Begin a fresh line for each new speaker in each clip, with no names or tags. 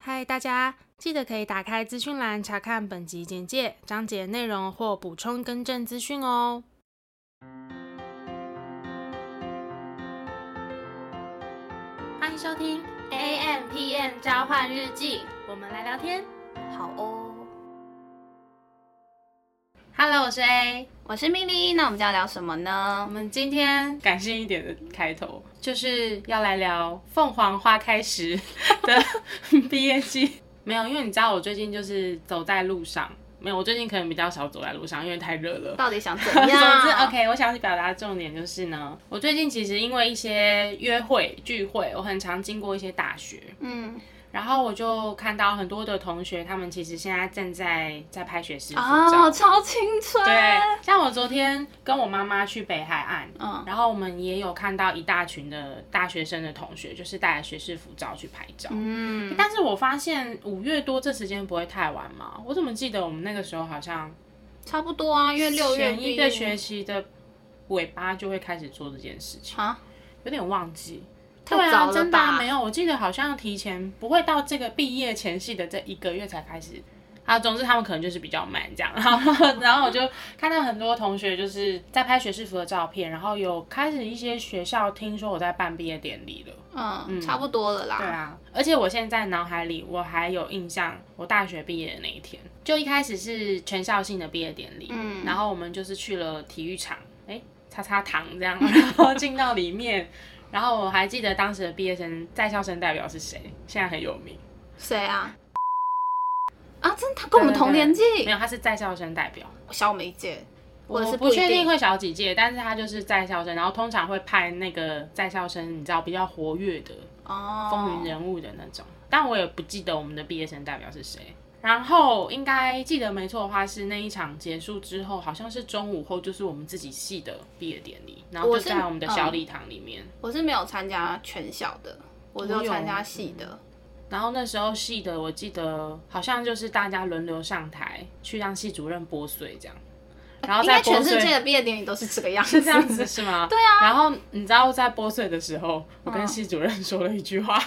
嗨，大家记得可以打开资讯栏查看本集简介、章节内容或补充更正资讯哦。欢迎收听 A M P M 交换日记，我们来聊天。
好哦，
Hello，我是 A。
我是咪咪，那我们今天要聊什么
我
呢？
们今天感性一点的开头，就是要来聊《凤凰花开 时》的毕业季。没有，因为你知道我最近就是走在路上，没有，我最近可能比较少走在路上，因为太热了。
到底想怎
总
样？
之，OK，我想表达的重点就是呢，我最近其实因为一些约会聚会，我很常经过一些大学，
嗯
然后我就看到很多的同学，他们其实现在正在在拍学士服
啊，
照。
超青春，
对，像我昨天跟我妈妈去北海岸，
嗯，
然后我们也有看到一大群的大学生的同学，就是带着学士服照去拍照。
嗯，
但是我发现五月多这时间不会太晚嘛？我怎么记得我们那个时候好像
差不多啊，因为六月
前一个学期的尾巴就会开始做这件事情，
啊，
有点忘记。
太
对
早
啊，
了
真的啊
吧？
没有，我记得好像提前不会到这个毕业前夕的这一个月才开始。啊，总之他们可能就是比较慢这样，然后 然后我就看到很多同学就是在拍学士服的照片，然后有开始一些学校听说我在办毕业典礼了。
嗯，差不多了啦。
对啊，而且我现在脑海里我还有印象，我大学毕业的那一天，就一开始是全校性的毕业典礼，嗯，然后我们就是去了体育场，哎、擦擦糖这样， 然后进到里面，然后我还记得当时的毕业生在校生代表是谁，现在很有名，
谁啊？啊，真的，他跟我们同年纪，
没有，他是在校生代表。
小我们一届，或者
我
是
不
一
确定
定。
会少几届，但是他就是在校生，然后通常会派那个在校生，你知道比较活跃的，
哦，
风云人物的那种，但我也不记得我们的毕业生代表是谁。然后应该记得没错的话，是那一场结束之后，好像是中午后，就是我们自己系的毕业典礼，然后就
我是
在我们的小礼堂里面。
我是没有参加全校的，我就
有
参加系的。
然后那时候系的，我记得好像就是大家轮流上台去让系主任拨水这样，然后
应
在
该
拨
全世界
水。
的毕业典礼都是这个样子，
是这样子是 吗？对啊。然后你知道在拨穗的时候，我跟
嗯
系主任说了一句话，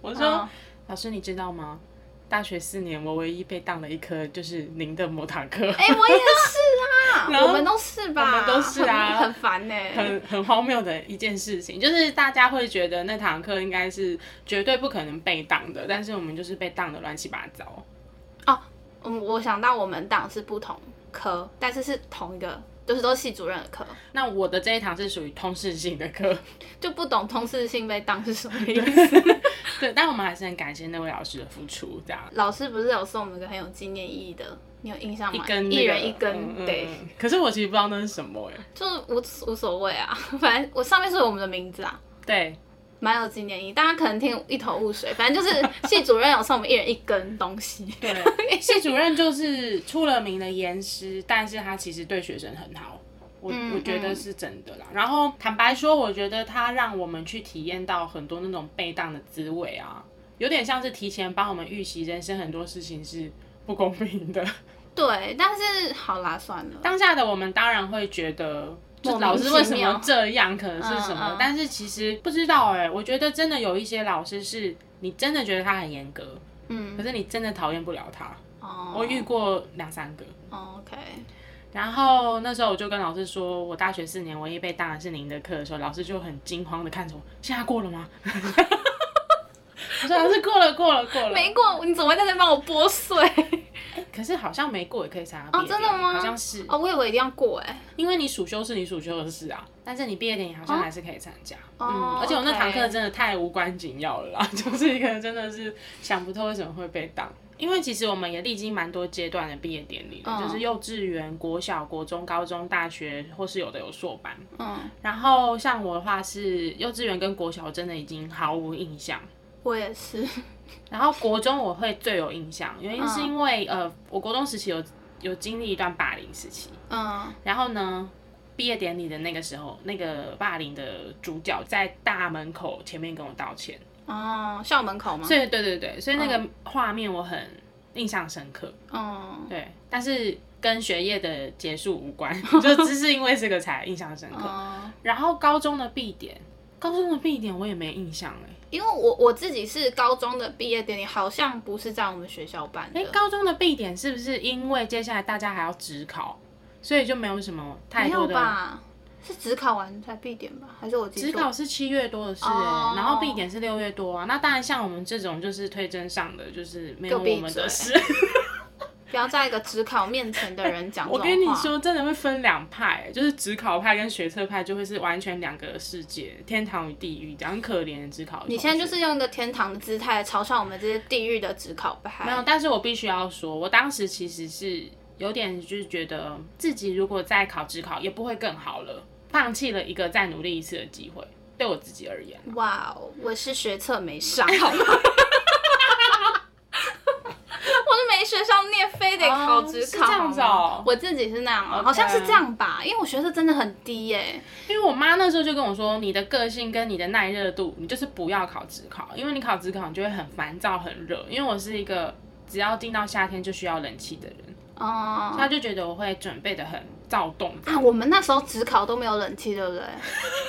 我说：“
嗯
老师，你知道吗？大学四年，我唯一被当了一科就是您的某堂课，
哎、我也是
然
啊，
后
我们都是吧，
我们都是啊
很很烦欸呢、
很很荒谬的一件事情。就是大家会觉得那堂课应该是绝对不可能被当的，但是我们就是被当的乱七八糟。
嗯，我想到我们档是不同科，但是是同一个，就是都是系主任的科，
那我的这一堂是属于通识性的课，
就不懂通识性被当是什么意思。
对，但我们还是很感谢那位老师的付出， 这样。
老师不是有送我们一个很有纪念意义的，你有印象
一
吗？
根、那
一
个
人一根，
嗯嗯
对，
嗯可是我其实不知道那是什么哎、
就是无无所谓啊，反正我上面是我们的名字啊。
对，
蛮有纪念意义，大家可能听一头雾水。反正就是系主任有送我们一人一根东西，
对，系主任就是出了名的严师，但是他其实对学生很好，我、
嗯
我觉得是真的啦。然后坦白说，我觉得他让我们去体验到很多那种被当的滋味啊，有点像是提前帮我们预习人生很多事情是不公平 的。
对。但是好啦，算啊了，
当下的我们当然会觉得。就
莫名
老师为什
其妙
么这样？可能是什么？
嗯嗯
但是其实不知道哎、我觉得真的有一些老师是你真的觉得他很严格，
嗯，
可是你真的讨厌不了他。
哦，
我遇过两三个，
哦，OK，
然后那时候我就跟老师说，我大学四年唯一被当的是您的课的时候，老师就很惊慌的看着我，现在过了吗？ 我说老师过了，过了，过了。
没过，你怎么会在这帮我剥 碎？
可是好像没过也可以参加毕业典礼
哦真的吗
好像是，
哦，我以为一定要过哎、
因为你暑修是你暑修的事啊，但是你毕业典礼好像还是可以参加。
哦
嗯，而且我那
OK
堂课真的太无关紧要了啦， 就是一个真的是想不透为什么会被当。因为其实我们也历经蛮多阶段的毕业典礼的，
嗯
就是幼稚园、国小、国中、高中、大学，或是有的有硕班。
嗯，
然后像我的话是幼稚园跟国小真的已经毫无印象，
我 也是，
然后国中我会最有印象，原
嗯
因是因为、呃，我国中时期有有经历一段霸凌时期，
嗯，
然后呢，毕业典礼的那个时候，那个霸凌的主角在大门口前面跟我道歉，
哦，校门口吗？
嗯所以对对对，所以那个画面我很印象深刻，
嗯，
对，但是跟学业的结束无 关，就只是因为这个才印象深刻。
哦，
然后高中的必点，高中的必点我也没印象哎、
因为我我自己是高中的毕业典礼，好像不是在我们学校办的。
哎，高中的必点是不是因为接下来大家还要职考，所以就没有什么太
没
多
有
的？
吧？是只考完才必点吧？还是我记
职
错
考是七月多的事、欸
哦
然后必点是六月多啊。那当然，像我们这种就是推甄上的，就是没有
就闭
我们的事
嘴。不要在一个只考面前的人讲 这
我
种话。
跟你，说，真的会分两派、欸就是职考派跟学测派就会是完全两个世界，天堂与地狱，这样很可怜的职考的同学。
你现在就是用一个天堂的姿态嘲笑我们这些地狱的只考派。
没有，但是我必须要说，我当时其实是有点就是觉得自己如果再考职考也不会更好了，放弃了一个再努力一次的机会。对我自己而言，
哇哦，我是学测没上，
哎
好吗？ 我是没学上，你也非得考
哦
职
是
考、
这样子哦
我自己是那样、哦好像是这样吧，因为我学测真的很低耶、
因为我妈那时候就跟我说，你的个性跟你的耐热度，你就是不要考职考，因为你考职考你就会很烦躁、很热。因为我是一个只要进到夏天就需要冷气的人，
哦、
她就觉得我会准备的很躁动。
啊，我们那时候职考都没有冷气，对不对？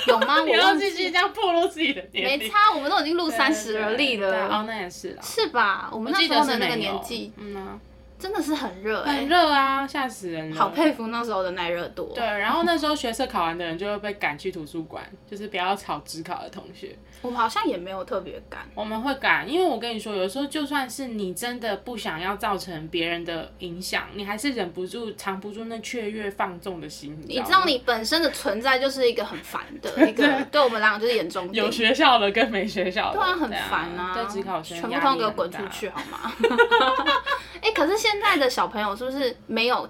有吗？
不
我
要
忘
继续
记
这，样暴露自己的年龄，
没差，我们都已经录
对
三十而
对
立
对
了，
哦，那也是啦。
是吧？我
我
们那
记
时
得
候
是
的那个
没有
年纪，
嗯啊，
真的是很热哎、
很热啊，吓死人了。
好佩服那时候的耐热度。哦
对，，然后那时候学社考完的人就会被赶去图书馆，就是不要吵只考的同学。
我们好像也没有特别干。
我们会赶，因为我跟你说，有时候就算是你真的不想要造成别人的影响，你还是忍不住、藏不住那雀跃放纵的心。
你知
吗
道，你本身的存在就是一个很烦的一个，对我们来讲就是眼中钉
有，学校的跟没学校的，
对啊，很
对
烦啊，
对只考生
全部
压
都
力
给我
很
滚出
大
去好吗？ 哎、可是现在的小朋友是不是没有？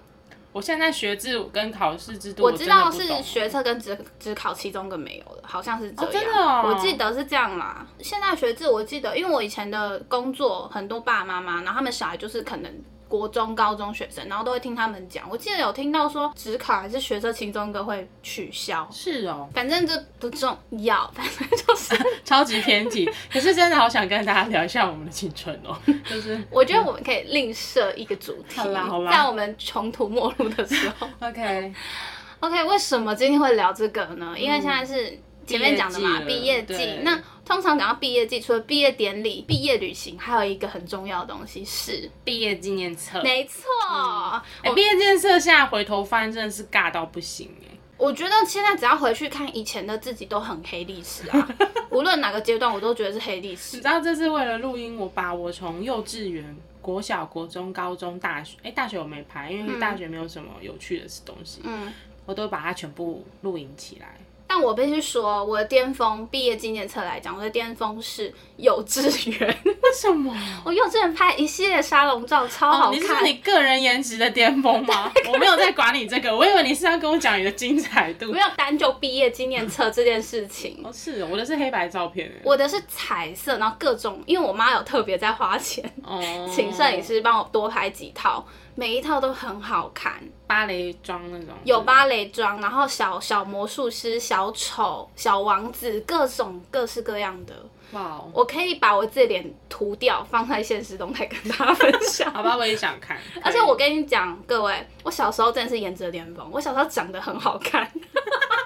我现在学制跟考试制度，
我
我
知
真的
道
不
是
懂
学测跟只只考其中一个没有了，好像是这样。
哦真的哦
我记得是这样啦。现在学制我记得，因为我以前的工作很多爸爸妈妈，然后他们小孩就是可能。国中、高中学生，然后都会听他们讲。我记得有听到说，只考还是学测其中一个会取消，
是哦，
反正这不重要， 反正就是，
超级偏 题。可是真的好想跟大家聊一下我们的青春哦，就是
我觉得我们可以另设一个主题，
好啦好啦
在我们穷途末路的时 候。
OK，
OK，为什么今天会聊这个呢？因为现在是前面讲的嘛，
嗯毕
毕
业
业
季了
季
对。
那通常讲到毕业季，除了毕业典礼、毕业旅行，还有一个很重要的东西是，
毕业纪念册。
没错，
哎、毕业纪念册现在回头翻真的是尬到不行哎、
我觉得现在只要回去看以前的自己，都很黑历史啊。 无论哪个阶段，我都觉得是黑历
你
史。
知道这次为了录音，我把我从幼稚园、国小、国中、高中、大学，哎、大学我没拍，因为大学没有什么有趣的东西，
嗯，
我都把它全部录影起来。
但我必须说，我的巅峰毕业纪念册来讲，我的巅峰是幼稚园。
为什么？
我幼稚园拍一系列沙龙照，超好
哦，你是
看。
你个人颜值的巅峰 吗？我没有在管你这个，我以为你是要跟我讲你的精彩度
没。有单就毕业纪念册这件事情，
哦，是哦，我的是黑白照片哎。
我的是彩色，然后各种，因为我妈有特别在花钱，
哦，
请摄影师帮我多拍几套，每一套都很好看，
芭蕾妆那种，
有？芭蕾妆，然后小小魔术师、小丑、小王子，各种各式各样的。
哇哦，
我可以把我自己脸涂掉，放在现实动态跟大家分
好
享。
吧，我也想看。
而且我跟你讲，各位，我小时候真的是颜值巅峰，我小时候长得很好看。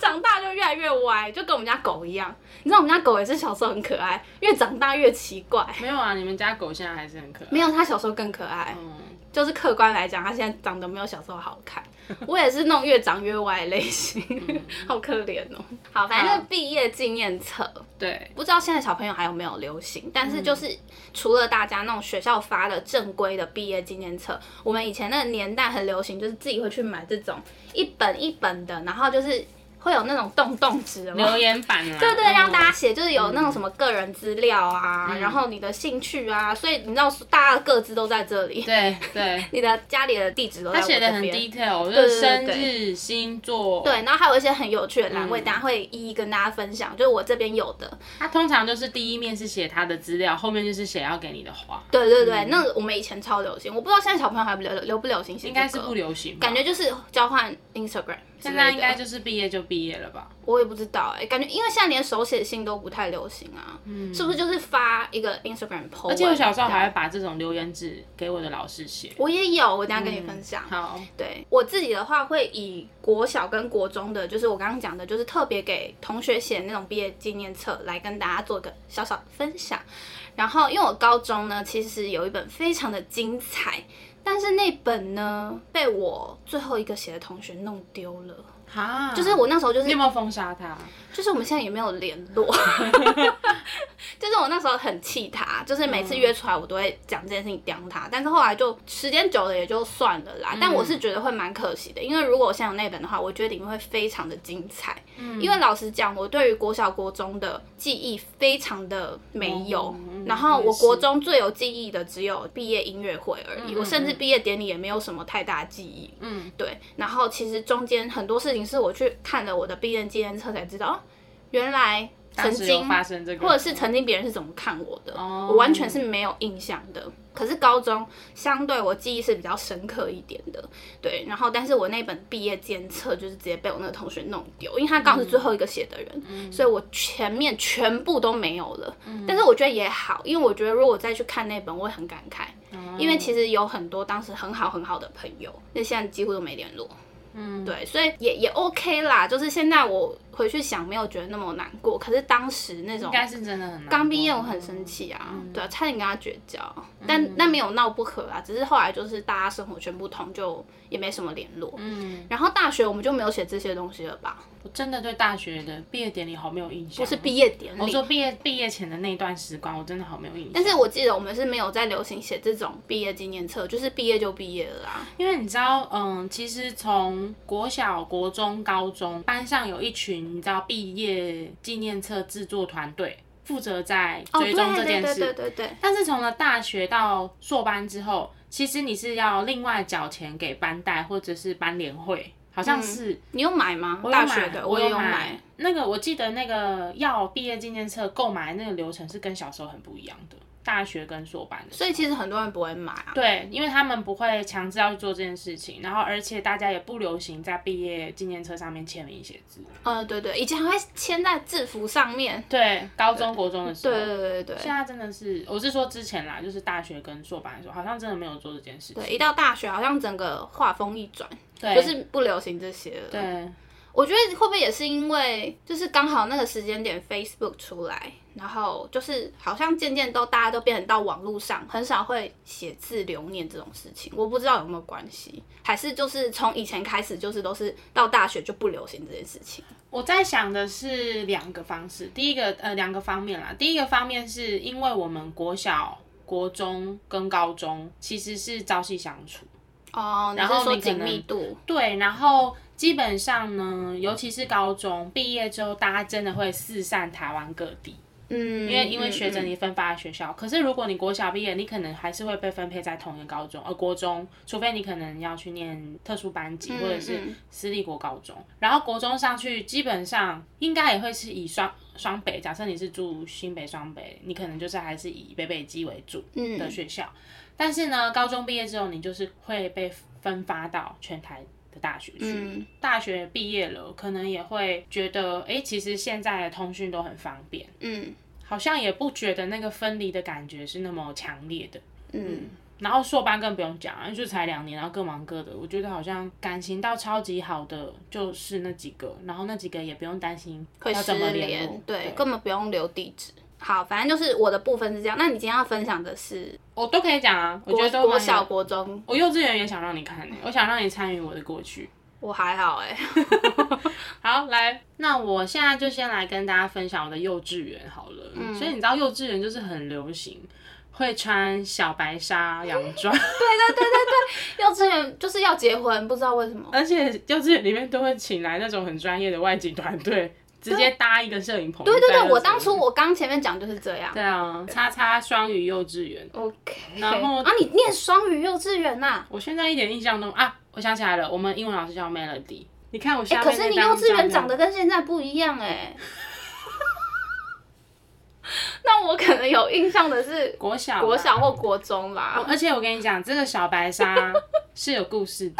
长大就越来越歪，就跟我们家狗一样。你知道我们家狗也是小时候很可爱，越长大越奇怪。
没有啊，你们家狗现在还是很可爱。
没有，他小时候更可爱。
嗯，
就是客观来讲，他现在长得没有小时候好看。我也是那种越长越歪的类型， 好可怜哦。嗯好，反正就是毕业纪念册，
对，
不知道现在小朋友还有没有流行，但
嗯
是就是除了大家那种学校发的正规的毕业纪念册，我们以前那个年代很流行，就是自己会去买这种一本一本的，然后就是会有那种洞洞纸的嘛
留言板啊嗯啦。
对对，让大
家。
家写，就是有那种什么个人资料啊，然后你的兴趣啊，所以你知道大家的各自都在这里，
嗯对对，
你的家里的地址都在
他
我
写的
这
很
边。
detail，就
对
是生
对对
日、星座。
对，，然后还有一些很有趣的栏
嗯
位，大家会一一跟大家分享，就是我这边有的。
他通常就是第一面是写他的资料，后面就是写要给你的话，
对对
嗯
对，那个我们以前超流行，我不知道现在小朋友还流流不流行写这个，
应该是不流行吧。
感觉就是交换 Instagram 之
现
类
在
的。
应该就是毕业就毕业了吧？
我也不知道哎、感觉因为现在连手写信都不太流行啊，是不是就是发一个 Instagram post？
嗯而且我小时候还会把这种留言纸给我的老师写。
我也有，我等一下跟你
嗯
分享。
好，
对我自己的话，会以国小跟国中的，就是我刚刚讲的，就是特别给同学写那种毕业纪念册来跟大家做个小小的分享。然后，因为我高中呢，其实有一本非常的精彩，但是那本呢被我最后一个写的同学弄丢了。
哈，
就是我那时候就是
啊你有没有封杀他？
就是我们现在也没有联 络，就是我那时候很气他，就是每
嗯
次约出来我都会讲这件事情刁他，但是后来就时间久了也就算了啦。但
嗯
我是觉得会蛮可惜的，因为如果我现在有那本的话，我觉得里面会非常的精彩。
嗯
因为老实讲，我对于国小国中的记忆非常的没有，
哦嗯
然后
我也
我
是
国中最有记忆的只有毕业音乐会而已，
嗯嗯
我甚至毕业典礼也没有什么太大记忆。
嗯，
对，然后其实中间很多事情是我去看了我的毕业纪念册才知道，哦，原来曾
当时有
经
发生这个，
或者是曾经别人是怎么看我的，
哦
我完全是没有印象的。可是高中相对我记忆是比较深刻一点的，对。然后，但是我那本毕业监测就是直接被我那个同学弄丢，因为他刚好是最后一个写的人，所以我前面全部都没有了。但是我觉得也好，因为我觉得如果我再去看那本，我会很感慨，因为其实有很多当时很好很好的朋友，那现在几乎都没联络。嗯，对，所以也也 OK 啦。就是现在我回去想，没有觉得那么难过。可是当时那种
应该是真的很难过
刚毕业我很生气啊，对啊，差点跟他绝交，但但没有闹不和啊，只是后来就是大家生活圈不同，就也没什么联络。嗯，然后大学我们就没有写这些东西了吧？
我真的对大学的毕业典礼好没有印象。
不是哦毕业典
我
礼，
说毕业毕业前的那一段时光，我真的好没有印象。
但是我记得我们是没有在流行写这种毕业纪念册，就是毕业就毕业了啊。
因为你知道，嗯，其实从国小、国中、高中班上有一群你知道毕业纪念册制作团队，负责在
哦，
追
对
踪这件
对
事。
对对对对，
但是从了大学到硕班之后，其实你是要另外缴钱给班代或者是班联会，好像是、
你有买吗？
我有
嗯大
买
学的
我
也
有
买。。
那个我记得那个要毕业纪念册购买那个流程是跟小时候很不一样的，大学跟硕班的。
所以其实很多人不会买啊，
对，因为他们不会强制要去做这件事情，然后而且大家也不流行在毕业纪念册上面签名写字。
呃，对对，以前还会签在制服上面，
对，高中国中的时候，
对对对对对，
现在真的是，我是说之前啦，就是大学跟硕班的时候，好像真的没有做这件事情。
对，一到大学好像整个画风一转，
对
就是不流行这些了。，
对，
我觉得会不会也是因为就是刚好那个时间点 Facebook 出来，然后就是好像渐渐都大家都变成到网络上，很少会写字留念这种事情，我不知道有没有关系，还是就是从以前开始就是都是到大学就不流行这件事情。
我在想的是两个方式，第一个呃两个方面啦，第一个方面是因为我们国小、国中跟高中其实是朝夕相处，
哦，你
然
是
后
说
你可
紧
能
密度？
对，然后基本上呢，尤其是高中毕业之后，大家真的会四散台湾各地，
嗯，
因为因为学着
嗯
你分发的学校。可是如果你国小毕业，你可能还是会被分配在同一个高中，呃，国中，除非你可能要去念特殊班级、或者是
嗯
私立国高中，然后国中上去基本上应该也会是以双双北，假设你是住新北双北，你可能就是还是以北北基为主
嗯
的学校。但是呢，高中毕业之后，你就是会被分发到全台。的大学去，
嗯
大学毕业了，可能也会觉得，哎、其实现在的通讯都很方便，
嗯
好像也不觉得那个分离的感觉是那么强烈的。
嗯，
然后硕班更不用讲啊，就才两年，然后各忙各的。我觉得好像感情到超级好的就是那几个，然后那几个也不用担心
会
要
失
怎么联
联
络。，
对，根本不用留地址。好，反正就是我的部分是这样。那你今天要分享的是
我都可以讲啊，我觉
国
得都
国
蛮
小、
有。
国中，
我幼稚园也想让你看、欸，我想让你参与我欸的过去。
我还好哎、
好，来，那我现在就先来跟大家分享我的幼稚园好了。
嗯
所以你知道幼稚园就是很流行，会穿小白纱洋 装。
幼稚园就是要结婚，不知道为什么。
而且幼稚园里面都会请来那种很专业的外景团队，直接搭一个摄影棚。
对对
在那
对，我
边
当初我刚前面讲就是这样。
对啊，叉叉双语幼稚园，
OK。
然后
啊，你念双语幼稚园呐、
我现在一点印象都啊，我想起来了，我们英文老师叫 Melody。你看我
哎、
下
可
面
是
那
你
张
幼稚
照
园
片
长得跟现在不一样哎、 那我可能有印象的是
国小吧
国小
哦
或国中吧。
而且我跟你讲，这个小白鲨是有故事的。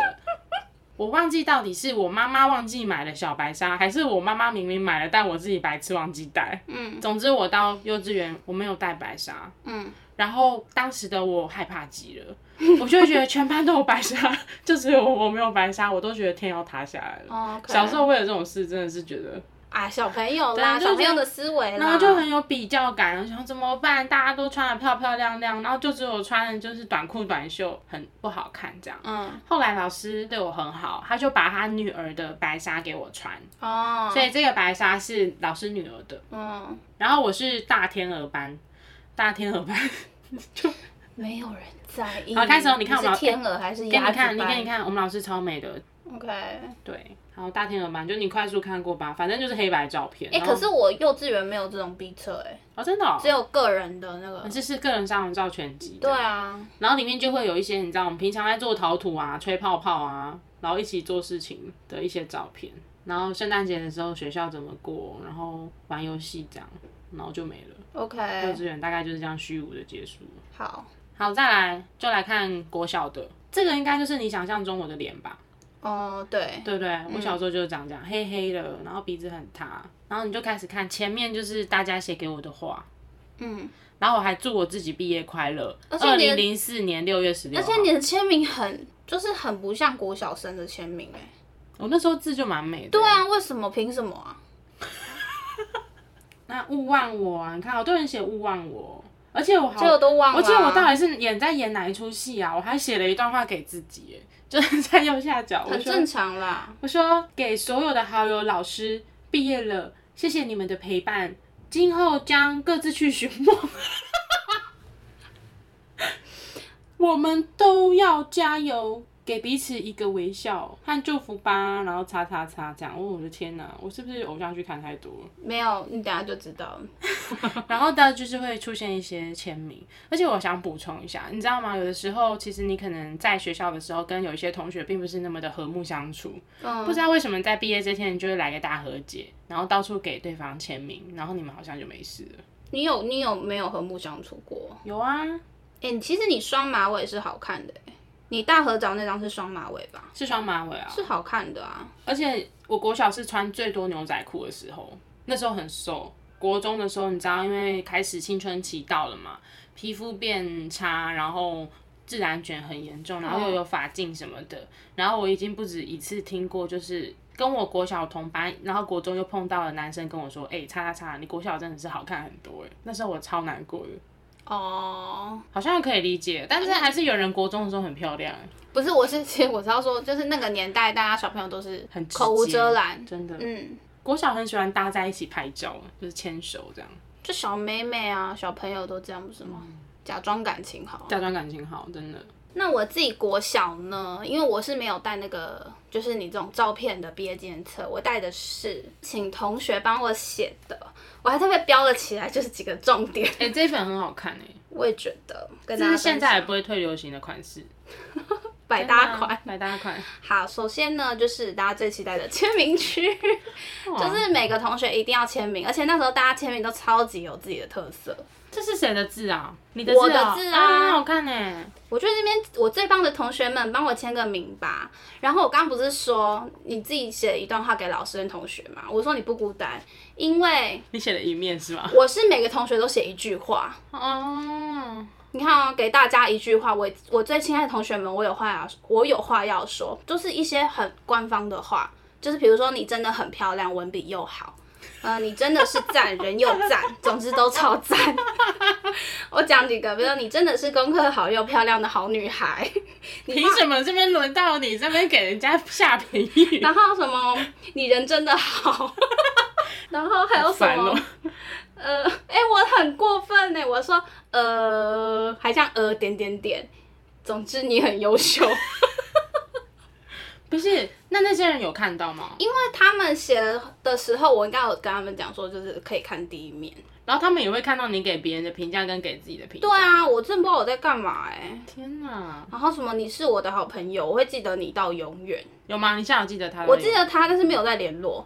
我忘记到底是我妈妈忘记买了小白鲨，还是我妈妈明明买了，但我自己白痴忘记带。
嗯
总之，我到幼稚园我没有带白鲨，
嗯，
然后当时的我害怕极了，我就会觉得全班都有白鲨，就只有我没有白鲨，我都觉得天要塌下来了。
哦，
小时候为了这种事，真的是觉得，
啊，小朋友
对
啦，
啊就
小朋
觉
友
得
的思维啦，
然后就很有比较感，然后想怎么办？大家都穿的漂漂亮亮，然后就只有我穿的就是短裤短袖，很不好看这样。
嗯
后来老师对我很好，他就把他女儿的白纱给我穿，
哦，
所以这个白纱是老师女儿的。
嗯，
然后我是大天鹅班，大天鹅班就
没有人在意。
好开始哦你看我
是
们
天鹅还是
给
鸭
你
子
看，你给你
你
看，我们老师超美的，
，OK。哎、
对。然后大天鹅班，就你快速看过吧，反正就是黑白照片。然后
可是我幼稚园没有这种逼车、哎，
哦，真的、哦
只，有个人的那个。
这是个人上网照全集。
对啊，
然后里面就会有一些你知道我们平常在做陶土啊、吹泡泡啊，然后一起做事情的一些照片。然后圣诞节的时候学校怎么过，然后玩游戏这样，然后就没了。幼
OK，
稚园大概就是这样虚无的结束。
好，
好，再来就来看国小的，这个应该就是你想象中我的脸吧，
哦，对，
对不对？我小时候就是长这样，黑黑的，然后鼻子很塌，然后你就开始看前面就是大家写给我的话，
嗯，
然后我还祝我自己毕业快乐。
而且
二
你的
零零四年六月十六
而
号，
且你的签名很，就是很不像国小生的签名、哎，
我那时候字就蛮美的。
对啊，为什么？凭什么啊？
那勿忘我啊！你看，好多人写勿忘我，而且我好，
结果都忘了啊
我记得我到底是演在演哪一出戏啊？我还写了一段话给自己耶，就是在右下角，我
很
说
正常啦。
我说给所有的好友、老师，毕业了，谢谢你们的陪伴，今后将各自去寻梦。 我们都要加油，给彼此一个微笑和祝福吧。然后叉叉叉这样，哦，我的天哪，我是不是偶像剧看太多了？
没有，你等下就知道了。
然后它就是会出现一些签名，而且我想补充一下，你知道吗？有的时候其实你可能在学校的时候跟有一些同学并不是那么的和睦相处，
嗯，
不知道为什么在毕业这天你就会来个大和解，然后到处给对方签名，然后你们好像就没事了。
你有你有没有和睦相处过？
有啊，
哎、其实你双马尾是好看的、欸，你大合照那张是双马尾吧？
是双马尾啊，
是好看的啊。
而且我国小是穿最多牛仔裤的时候，那时候很瘦。国中的时候，你知道，因为开始青春期到了嘛，皮肤变差，然后自然卷很严重，然后又有发镜什么的。然后我已经不止一次听过，就是跟我国小同班，然后国中又碰到的男生跟我说：“哎、叉叉叉，你国小真的是好看很多。”哎，那时候我超难过的，
哦，
好像可以理解，但是还是有人国中的时候很漂亮，
不是，我是其实我是要说，就是那个年代，大家小朋友都是
很直接
口无遮拦。
真的。
嗯，
国小很喜欢搭在一起拍照，就是牵手这样。
就小妹妹啊，小朋友都这样，不是吗？假装感情好。
嗯
啊
假装感情好，真 的。
那我自己国小呢，因为我是没有带那个，就是你这种照片的毕业纪念册，我带的是请同学帮我写的，我还特别标了起来，就是几个重点。
哎、这一本很好看哎、
我也觉得，跟大
这
家
是现在
分
也
享
不会退流行的款式，
百搭款。
百搭款，
好，首先呢，就是大家最期待的签名区，
哇
就是每个同学一定要签名，而且那时候大家签名都超级有自己的特色。
这是谁的字啊？你的
我
字、
的
啊，
字啊
啊，很好看哎、
我觉得那边我最棒的同学们帮我签个名吧。然后我刚刚不是说你自己写一段话给老师跟同学嘛？我说你不孤单，因为
你写了一面是吗？
我是每个同学都写一句话。
哦，
你看哦，给大家一句话，我我最亲爱的同学们，我有话要我有话要说，就是一些很官方的话，就是比如说你真的很漂亮，文笔又好，呃，你真的是赞，人又赞，总之都超赞。 我讲几个，比如说你真的是功课好又漂亮的好女孩，
凭什么这边轮到你这边给人家下评语？
然后什么你人真的好， 然后 还有什
烦
么？
哦、
呃，哎、我很过分呢、我说呃，还像呃点点点，总之你很优秀。
不是，那那些人有看到吗？
因为他们写的时候，我应该有跟他们讲说，就是可以看第一面。
然后他们也会看到你给别人的评价跟给自己的评价。
对啊，我真不知道我在干嘛哎、
天哪，
然后什么，你是我的好朋友，我会记得你到永远。
有吗？你现在有记得他的？
我记得他，但是没有再联络。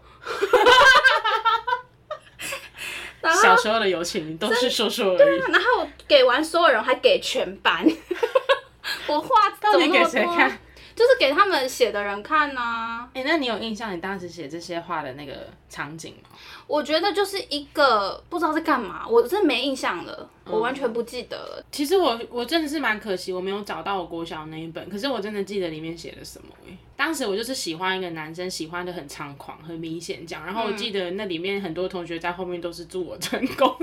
然后，
小时候的友情都是说说而已。
然后 我给完所有人，还给全班。我话
到
怎么
底
那
给
么
谁
多？啊
看？
就是给他们写的人看啊呐、
哎、那你有印象你当时写这些话的那个场景吗？
我觉得就是一个不知道在干嘛，我真的没印象了，我完全不记得了。
其实我我真的是蛮可惜，我没有找到我国小那一本，可是我真的记得里面写了什么、欸。当时我就是喜欢一个男生，喜欢的很猖狂，很明显这样。然后我记得那里面很多同学在后面都是祝我成 功，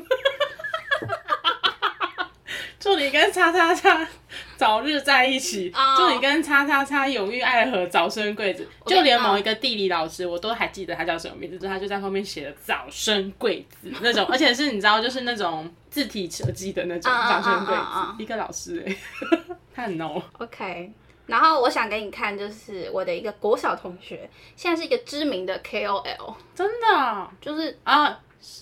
祝你跟叉叉叉早日在一起
哦
祝你跟叉叉叉永浴爱河，早生贵子。
我跟
就连
嗯
某一个地理老师，我都还记得他叫什么名字，就是他就在后面写了“早生贵子”那 种，而且是你知道，就是那种字体设计的那种
嗯
“
嗯
早生贵子
嗯嗯”，嗯
一个老师哎、 他很 no。
OK，然后我想给你看，就是我的一个国小同学，现在是一个知名的 KOL，
真的哦
就是
啊，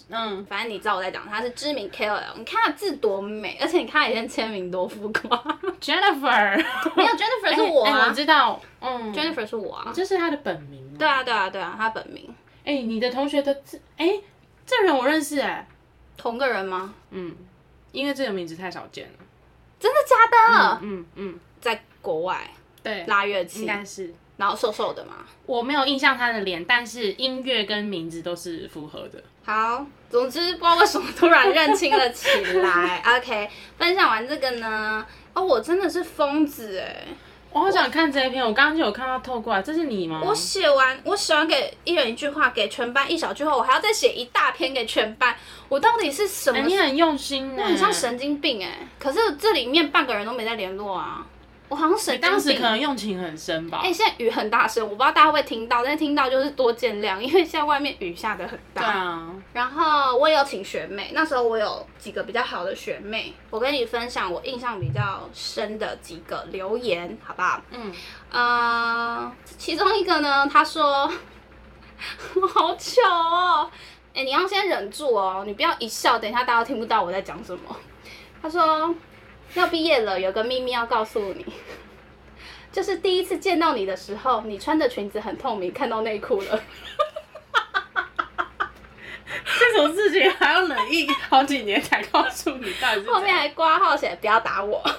嗯，
反正你知道我在讲，他是知名 KOL，你看他字多美，而且你看他以前签名多浮夸，
Jennifer，
没有 Jennifer 是我
哎哎
啊、
我知道，嗯
j e n n i f e r 是我啊，
这是他的本名。
对，啊对啊对啊，他本名
哎、你的同学的字，哎、这人我认识哎、
同个人吗？
嗯，因为这个名字太少见了。
真的假的？
嗯嗯，
在国外
对，
拉乐
应
器，
该是。
然后瘦瘦的嘛。
我没有印象他的脸，但是音乐跟名字都是符合的。
好，总之不知道为什么突然认清了起 来。OK，分享完这个呢，哦，我真的是疯子哎、
我好想看这一篇，我刚刚就有看到透过啊来，这是你吗？
我写完，我写完给一人一句话，给全班一小句话，我还要再写一大篇给全班。我到底是什么？
哎、你很用心呢、
我很像神经病哎、可是这里面半个人都没在联络啊，我好像神
你
经病。
当时可能用情很深吧？
哎、现在雨很大声，我不知道大家会不会听到，但是听到就是多见谅，因为现在外面雨下的很大。
对啊，
然后我也有请学妹，那时候我有几个比较好的学妹，我跟你分享我印象比较深的几个留言，好不好？
嗯，
呃，其中一个呢，他说 我好糗哦，哎，你要先忍住哦，你不要一笑，等一下大家都听不到我在讲什么。他说要毕业了，有个秘密要告诉你。就是第一次见到你的时候，你穿的裙子很透明，看到内裤了。
这种事情还要冷硬好几年才告诉你到底是怎样
后面还挂号写不要打我。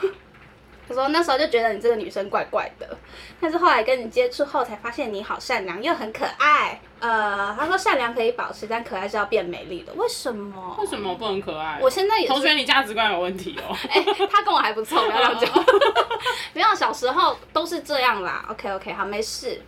他说那时候就觉得你这个女生怪怪的，但是后来跟你接触后才发现你好善良又很可爱。呃，他说善良可以保持，但可爱是要变美丽的。为什么？
为什么不很可爱？
我现在也是
同学，你价值观有问题哦。
哎、他跟我还不错，不要乱讲。 没有，小时候都是这样啦。OK OK，好，没事。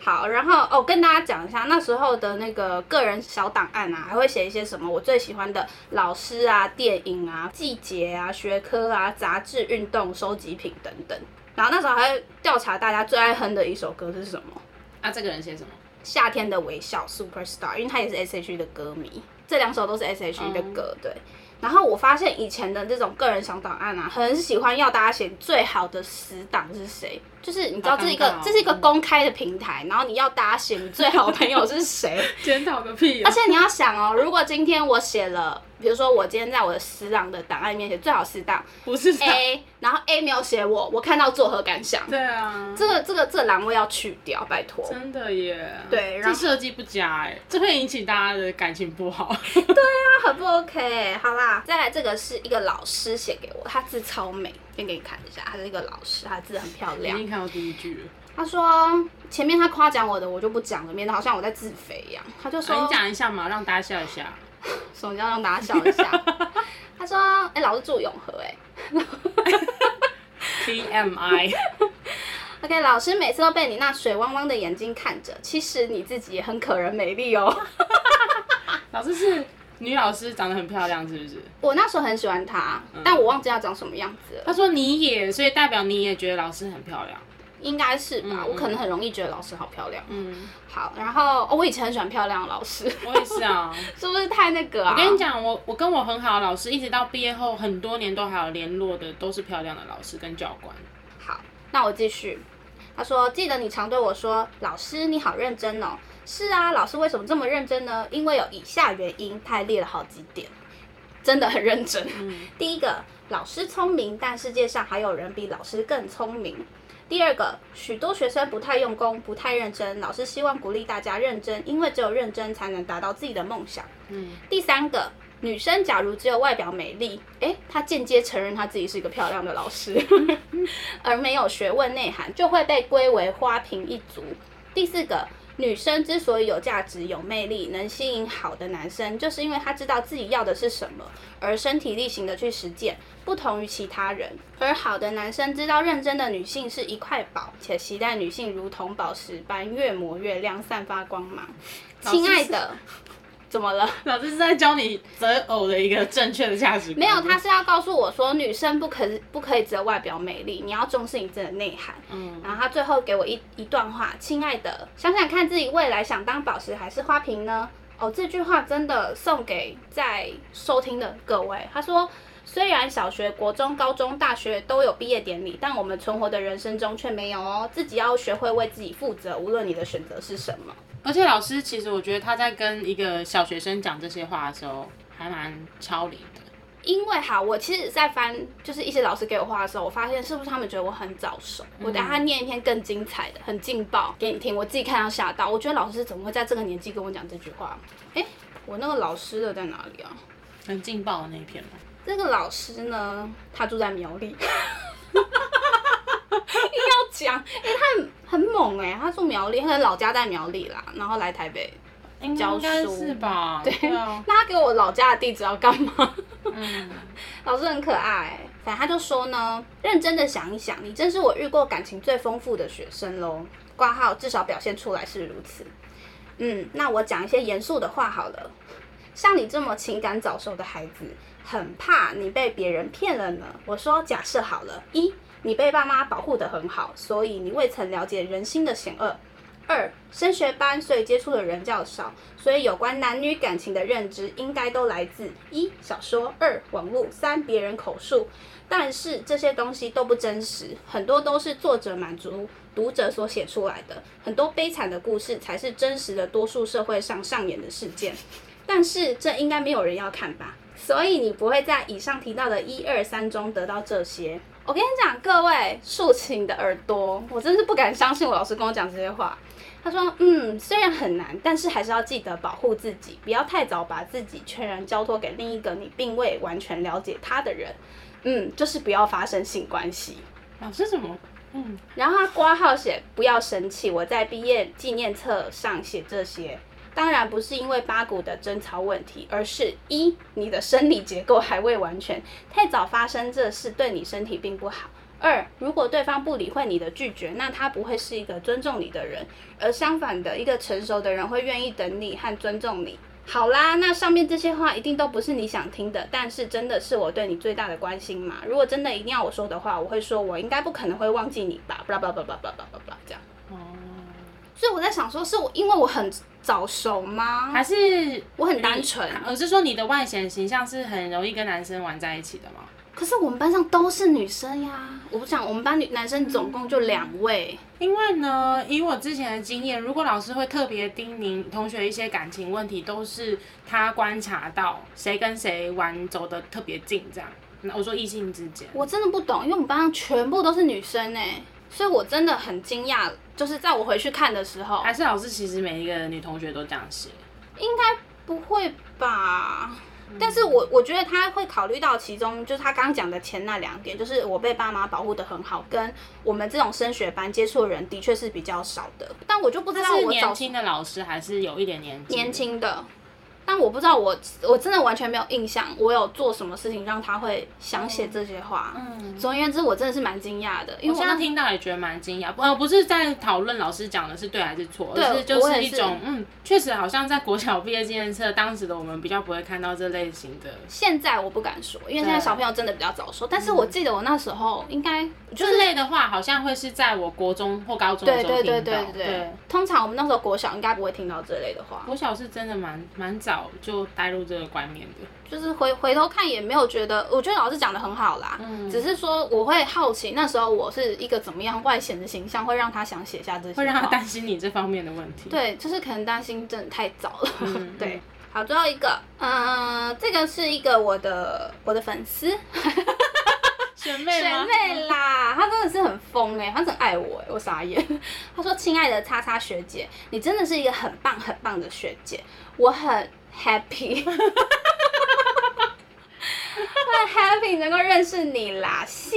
好，然后哦，跟大家讲一下那时候的那个个人小档案啊，还会写一些什么我最喜欢的老师啊、电影啊、季节啊、学科啊、杂志、运动、收集品等等。然后那时候还会调查大家最爱哼的一首歌是什么。
啊，这个人写什么？
夏天的微笑 Superstar，因为他也是 S.H.E 的歌迷，这两首都是
嗯
S.H.E 的歌，对。然后我发现以前的这种个人小档案啊，很喜欢要大家写最好的死党是谁，就是你知
好
道
尴
这是一个、
尬哦
这是一个公开的平台，然后你要大家写你最好的朋友 是谁，
检讨个屁啊
而！且你要想哦，如果今天我写了，比如说我今天在我的死党的档案里面写最好死党
不是他。
A，然后 A 没有写我，我看到作何感想？
对啊，
这个这个这栏位要去掉，拜托。
真的耶。
对然
这
后
设计不佳哎，这会引起大家的感情不好。
很不 OK。好啦，再来这个是一个老师写给我，他字超美，先给你看一下，他是一个老师，他字很漂
已
亮。
经看到第一句了，
他说前面他夸奖我的，我就不讲了，免得好像我在自肥一样。他就说、
啊你讲一下嘛，让大家笑一下。
什么叫让大家笑 一下？他说哎、老师住永和哎、
TMI，
OK，老师每次都被你那水汪汪的眼睛看着，其实你自己也很可人美 丽哦。
老师是女老师，长得很漂亮，是不是？
我那时候很喜欢他，
嗯
但我忘记他长什么样子了，
她说你也，所以代表你也觉得老师很漂亮。
应该是吧？
嗯
我可能很容易觉得老师好漂亮。
嗯，
好，然后、哦、我以前很喜欢漂亮的 老师，
我也是啊。
是不是太那个啊？
我跟你讲，我我跟我很好的老师，一直到毕业后很多年都还有联络的，都是漂亮的老师跟教官。
好，那我继续。他说：“记得你常对我说，老师你好认真哦。”是啊，老师为什么这么认真呢？因为有以下原因，他还列了好几点，真的很认真。 第一个，老师聪明，但世界上还有人比老师更聪明。第二个，许多学生不太用功，不太认真，老师希望鼓励大家认真，因为只有认真才能达到自己的梦想。
嗯，
第三个，女生假如只有外表美丽，诶，她间接承认她自己是一个漂亮的老师，而没有学问内涵，就会被归为花瓶一族。第四个，女生之所以有价值、有魅力，能吸引好的男生，就是因为她知道自己要的是什么，而身体力行的去实践，不同于其他人。而好的男生知道认真的女性是一块宝，且期待女性如同宝石般越磨越亮，散发光芒。亲爱的，怎么了？
老师是在教你择偶的一个正确的价值观。
没有，他是要告诉我说，女生不可不可以只有外表美丽，你要重视你自己的内涵。嗯，然后他最后给我一一段话：“亲爱的，想想看自己未来想当宝石还是花瓶呢？”哦，这句话真的送给在收听的各位。他说。虽然小学、国中、高中、大学都有毕业典礼，但我们存活的人生中却没有哦。自己要学会为自己负责，无论你的选择是什么。
而且老师其实我觉得他在跟一个小学生讲这些话的时候，还蛮超龄的。
因为哈，我其实，在翻就是一些老师给我画的时候，我发现是不是他们觉得我很早熟？我等下念一篇更精彩的、很劲爆给你听，我自己看到吓到。我觉得老师怎么会在这个年纪跟我讲这句话？哎，我那个老师的在哪里啊？
很劲爆的那一篇吗？
这个老师呢，他住在苗 栗，硬要讲，哎、欸，他很很猛哎、欸，他住苗栗，他的老家在苗栗啦，然后来台北教
应该是
书。
吧？
对，
啊，
那他给我老家的地址要干嘛？
嗯，
老师很可爱、反正他就说呢，认真的想一想，你真是我遇过感情最丰富的学生喽。挂号至少表现出来是如此。嗯，那我讲一些严肃的话好了。像你这么情感早熟的孩子，很怕你被别人骗了呢。我说假设好了，一，你被爸妈保护得很好，所以你未曾了解人心的险恶。二，升学班，所以接触的人较少，所以有关男女感情的认知应该都来自一小说、二网络、三别人口述。但是这些东西都不真实，很多都是作者满足读者所写出来的，很多悲惨的故事才是真实的多数社会上上演的事件。但是这应该没有人要看吧？所以你不会在以上提到的一二三中得到这些。我跟你讲，各位竖起你的耳朵，我真是不敢相信我老师跟我讲这些话。他说：“嗯，虽然很难，但是还是要记得保护自己，不要太早把自己全然交托给另一个你并未完全了解他的人。嗯，就是不要发生性关系。”
老师怎么？嗯，
然后他挂号写不要生气，我在毕业纪念册上写这些。当然不是因为八股的争吵问题，而是一你的生理结构还未完全，太早发生这事对你身体并不好。二，如果对方不理会你的拒绝，那他不会是一个尊重你的人，而呃相反的，一个成熟的人会愿意等你和尊重你。好啦，那上面这些话一定都不是你想听的，但是真的是我对你最大的关心嘛？如果真的一定要我说的话，我会说我应该不可能会忘记你吧，巴拉巴拉巴拉巴拉巴拉这样。
哦，
所以我在想说，是我因为我很早熟吗？
还是
我很单纯，
我是说你的外显形象是很容易跟男生玩在一起的吗？
可是我们班上都是女生呀。我不想，我们班女男生总共就两位，
因为呢，以我之前的经验，如果老师会特别叮咛同学一些感情问题，都是他观察到谁跟谁玩走的特别近，这样。那我说异性之间，
我真的不懂，因为我们班上全部都是女生哎、所以我真的很惊讶。就是在我回去看的时候，
还是老师其实每一个女同学都这样写。
应该不会吧？
嗯
但是我我觉得他会考虑到其中，就是他刚刚讲的前那两点，就是我被爸妈保护的很好，跟我们这种升学班接触的人的确是比较少的。但我就不知道
是
我早
年轻的老师还是有一点年纪？
年轻的，但我不知道我我真的完全没有印象，我有做什么事情让他会想写这些话。
嗯
总而言之，我真的是蛮惊讶的，因
我
为我
现在
那
听到也觉得蛮惊讶，不呃不是在讨论老师讲的是对还是错，
对
而是就
我也
是一
是
种嗯，确实好像在国小毕业纪念册当时的我们比较不会看到这类型的，
现在我不敢说，因为现在
对嗯
小朋友真的比较早熟。但是我记得我那时候应该就
这类的话好像会是在我国中或高中的
对
时候
对
听到。
对对对对，通常我们那时候国小应该不会听到这类的话，
国小是真的蛮蛮早就带入这个观念的，
就是回回头看也没有觉得，我觉得老师讲的很好啦，
嗯
只是说我会好奇那时候我是一个怎么样外显的形象，会让他想写下这些话，
会让他担心你这方面的问题。
对，就是可能担心真的太早了。
嗯
对
嗯，
好，最后一个，嗯、这个是一个我的我的粉丝
学妹
学
吗？
妹 啦，她真的是很疯哎、她真的很爱我哎、我傻眼。 她说：“亲爱的叉叉学姐，你 真的是一个很棒很棒的学姐，我很 happy。”很 happy 能够认识你啦，西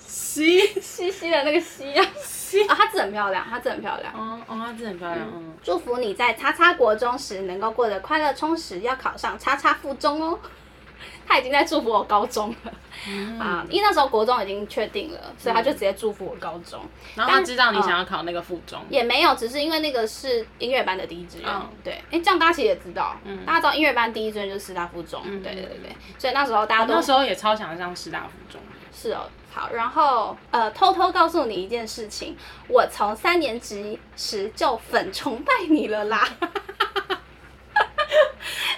西
西西的那个西啊，
西，
啊、她字很漂亮，她字很漂亮。
哦哦，她真的很漂亮，嗯，
祝福你在叉叉国中时能够过得快乐充实，要考上叉叉附中哦。 他已经在祝福我高中了、
嗯
啊，因为那时候国中已经确定了，所以他就直接祝福我高中，
然后她知道你想要考那个附中，
嗯也没有，只是因为那个是音乐班的第一志愿。
嗯
对，哎、这样大家其实也知道，大家知道音乐班第一志愿就是师大附中，对对对，所以那时候大家
嗯啊
都
哦那时候也超想上师大附中，
是哦，好，然后呃，偷偷告诉你一件事情，我从三年级时就粉崇拜你了啦。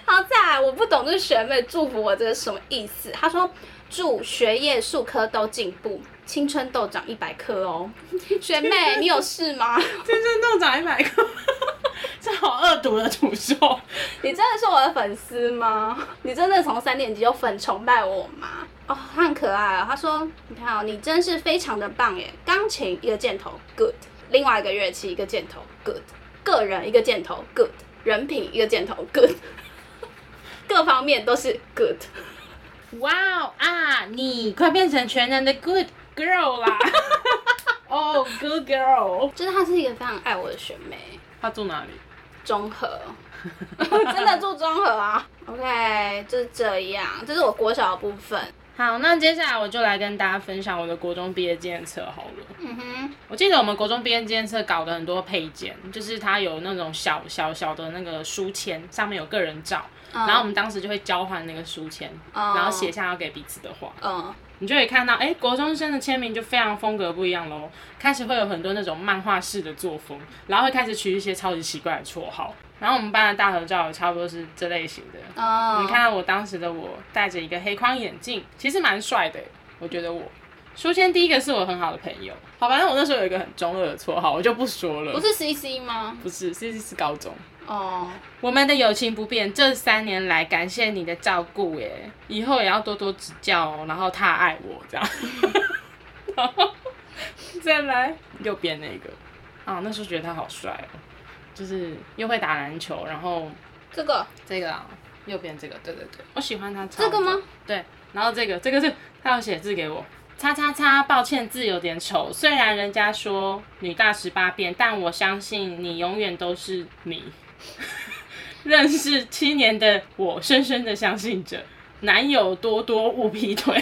好，再来，我不懂这学妹祝福我这是什么意思？她说祝学业数科都进步，青春痘长一百颗哦。 学妹，你有事吗？
天生豆长一百个， 这好恶毒的诅咒，
你真的是我的粉丝吗？ 你真的从三年级就粉崇拜我吗？哦，他很可爱啊、他说：“你看哦，你真是非常的棒耶！钢琴一个箭头，good；另外一个乐器一个箭头，good；个人一个箭头，good；人品一个箭头，good；各方面都是 good。
哇哦啊！你快变成全能的 good girl 啦！ 哦、g o o d girl。
就是她是一个非常爱我的学妹，
他住哪里？
中和， 真的住中和啊。OK，就是这样，这是我国小的部分。
好，那接下来我就来跟大家分享我的国中毕业纪念册好了。
嗯哼，
我记得我们国中毕业纪念册搞的很多配件，就是它有那种小小小的那个书签，上面有个人照，然后我们当时就会交换那个书签，
哦
然后写下要给彼此的话。
嗯。”
你就可以看到，哎、国中生的签名就非常风格不一样喽，开始会有很多那种漫画式的作风，然后会开始取一些超级奇怪的绰号。然后我们班的大合照也差不多是这类型的。
哦，
你看到我当时的我，戴着一个黑框眼镜，其实蛮帅的，欸我觉得我。书签第一个是我很好的朋友，好，反正我那时候有一个很中二的绰号，我就不说了。
不是 CC 吗？
不是，这是高中。
哦，
我们的友情不变，这三年来感谢你的照顾，耶，以后也要多多指教哦，然后他爱我这样， 然后再来右边那个啊，那时候觉得他好帅哦，就是又会打篮球，然后
这个
这个啊，右边这个，对对对，我喜欢他。
这个吗？
对，然后这个这个是他有写字给我，叉叉叉，抱歉字有点丑，虽然人家说女大十八变，但我相信你永远都是你。 认识七年的我，深深的相信着。男友多多勿劈腿，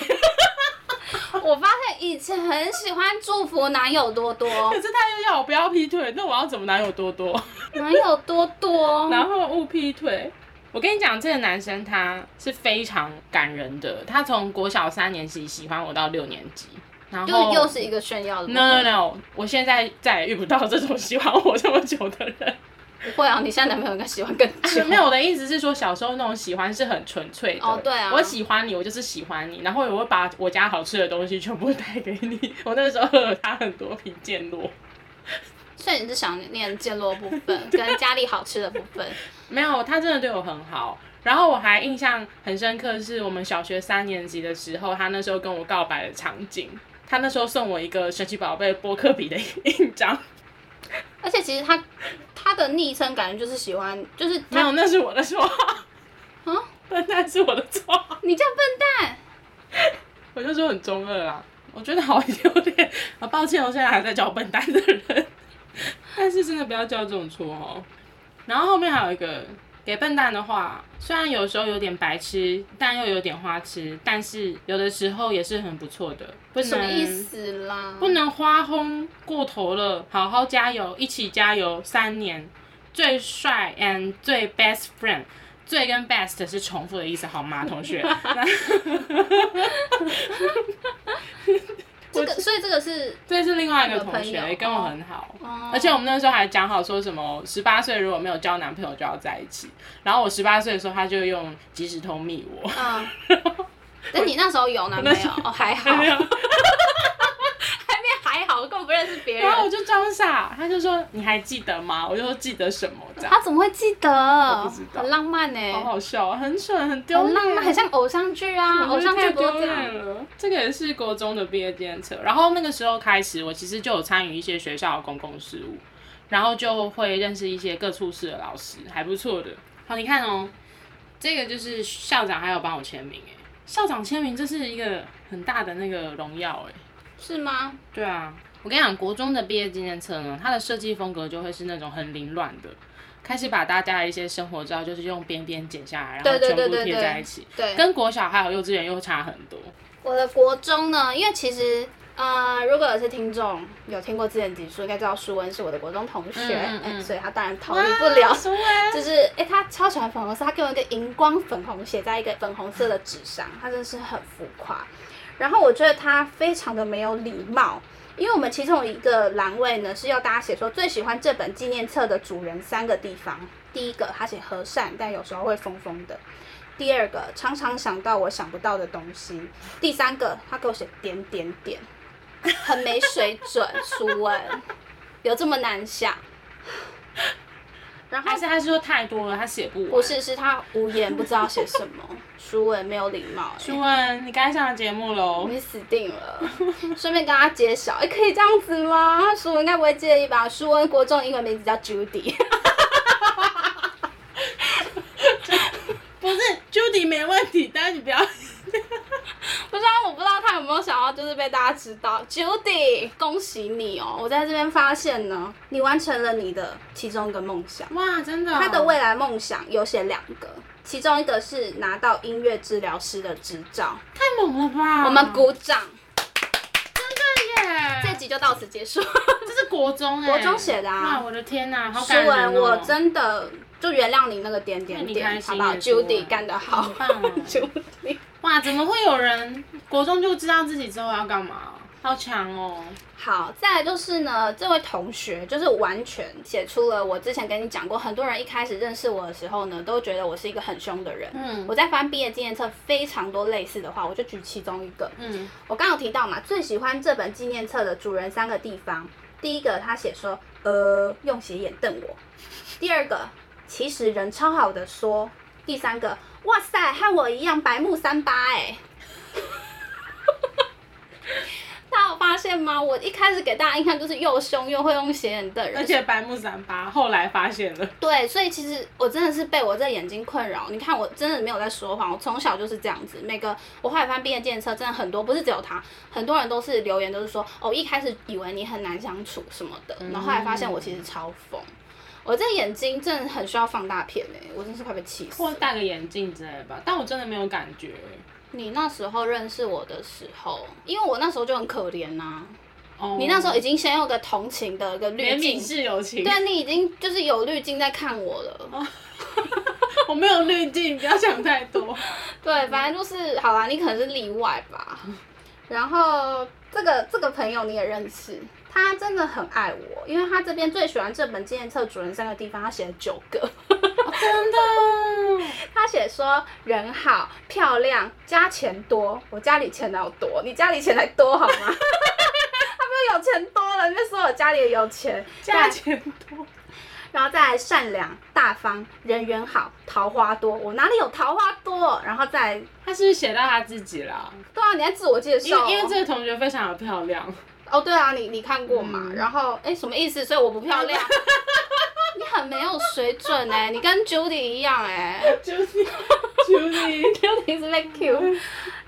可
我发现以前很喜欢祝福男友多 多，
是他又要我不要劈腿，那我要怎么男友多多？
男友多多，
然后误劈腿。我跟你讲，这个男生他是非常感人的，他从国小三年级喜欢我到六年级，然
就
后
又是一个炫耀的部
no no
分。
no，我现在再也遇不到这种喜欢我这么久的人。
不会啊，你现在男朋友应该喜欢更久。
没有，我的意思是说，小时候那种喜欢是很纯粹的。
哦对啊
我喜欢你，我就是喜欢你，然后我会把我家好吃的东西全部带给你。 我那时候喝了他很多瓶健洛，
所以你是想念建落部分跟家里好吃的部分。
没有，他真的对我很好。然后我还印象很深刻，是我们小学三年级的时候，他那时候跟我告白的场景。他那时候送我一个神奇宝贝波克比的印章，
而且其实他他的昵称感觉就是喜欢，就是
没
他
有，那是我的绰号，
啊，
但 那是我的绰号。
你叫笨蛋，
我就说很中二啊，我觉得好丢脸啊！ 抱歉，我现在还在叫我笨蛋的人，但是真的不要叫这种错哦。然后后面还有一个给笨蛋的话，虽然有时候有点白痴，但又有点花痴，但是有的时候也是很不错的。不能
什么意？思啦？
不能花轰过头了，好好加油，一起加油！三年最帅 and 最 best friend，最跟 best 是重复的意思，好吗，同学？
这个，所以这个是
这是另外一个同
有朋
学
友
跟我很好，
哦
而且我们那时候还讲好说什么十八岁如果没有交男朋友就要在一起。然后我十八岁的时候，他就用即时通密我，
嗯。但你那时候有男朋友哦，还好，还没还好，根本不认识别人
然。后我就装傻，他就说你还记得吗？我就说记得什么这样，
他怎么会记得
我不知？道
很浪漫呢、
好好笑，很蠢，很丢
好
脸，
浪漫，很像偶像剧啊！偶
我觉
像
得太
剧不
丢
都这样？
脸了。这个也是国中的毕业纪念册，然后那个时候开始，我其实就有参与一些学校的公共事务，然后就会认识一些各处室的老师，还不错的。好，你看哦，这个就是校长还有帮我签名哎，校长签名这是一个很大的那个荣耀哎、
是吗？
对啊，我跟你讲，国中的毕业纪念册呢，它的设计风格就会是那种很凌乱的，开始把大家的一些生活照就是用边边剪下来，然后
对对
全
对
部
对
贴
对
在一起，
对，
跟国小还有幼稚园又差很多。
我的国中呢，因为其实呃，如果有些听众有听过之前集数，应该知道舒文是我的国中同学，
嗯嗯嗯
哎所以他当然逃离不了。
苏文，
就是哎、诶他超喜欢粉红色，他给我一个荧光粉红写在一个粉红色的纸上，他真的是很浮夸。然后我觉得他非常的没有礼貌，因为我们其中有一个栏位呢是要大家写说最喜欢这本纪念册的主人三个地方，第一个他写和善，但有时候会疯疯的。第二个常常想到我想不到的东西，第三个他给我写点点点，很没水准， 舒文有这么难想？ 然后
还是他是说太多了，他写不完。
不是，是他无言，不知道写什么。舒文没有礼貌、欸，
苏文，你该上节目
我
喽。
们死定了。顺便跟他揭晓，哎、可以这样子吗？舒文应该不会介意吧？舒文国中的英文名字叫 Judy，
不是，Judy 没问题，但是你不要。
不知道我不知道他有没有想要就是被大家知道 Judy，恭喜你哦！我在这边发现呢，你完成了你的其中一个梦想。
哇，真的哦、
他的未来梦想有写两个，其中一个是拿到音乐治疗师的执照。
太猛了吧！
我们鼓掌，
嗯真的耶，
这集就到此 结束。
这是国中哎、
国中写的啊
哇，我的天哪、好
舒
感人、哦、
文，我真的就原谅你那个点点
那你开
点，好
心
不好
耶舒文
？Judy 干得好
很棒哦
，Judy。
哇，怎么会有人国中就知道自己之后要干嘛？好强哦！
好，再来就是呢，这位同学就是完全写出了我之前跟你讲过，很多人一开始认识我的时候呢，都觉得我是一个很凶的人。
嗯
我在翻毕业纪念册，非常多类似的话，我就举其中一个。
嗯，
我刚刚有提到嘛，最喜欢这本纪念册的主人三个地方。第一个，他写说，呃，用斜眼瞪我；第二个，其实人超好的说；第三个，哇塞，和我一样白目三八哎、 大家有发现吗？我一开始给大家印象就是又凶又会用斜眼瞪人，
而且白木三八后来发现了，
对，所以其实我真的是被我这眼睛困扰。你看，我真的没有在说谎，我从小就是这样子。每个我后来翻毕业建设，真的很多，不是只有他，很多人都是留言都是说，哦，一开始以为你很难相处什么的，然后后来发现我其实超疯。我这眼睛真的很需要放大片哎、我真是快被气死
或
了。
戴个眼镜之类的吧。但我真的没有感觉、
你那时候认识我的时候，因为我那时候就很可怜呐、
哦，
你那时候已经先用个同情的一个滤
怜悯
镜，
是友情，
对啊你已经就是有滤镜在看我了。
哦我没有滤镜，不要想太 多。
对，反正就是好啦，你可能是例外 吧。然后这个这个朋友你也认识，他真的很爱我，因为他这边最喜欢这本纪念册主人三个地方，他写了九个。
真的，
他写说人好、漂亮、家钱多，我家里钱哪有多？你家里钱才多好吗？ 他没有有钱多了，你就说我家里有钱，
价钱多，
然后再来善良、大方、人缘好、桃花多，我哪里有桃花多？然后再来
他是不是写到他自己啦？
对啊，你在自我介
因
绍哦、
为因为这个同学非常的漂亮，
哦，对啊，你你看过嘛？
嗯
然后哎，什么意思？所以我不漂亮？ 你很没有水准哎、你跟 Judy 一样哎、
就是 Judy，
Judy 是被 Q，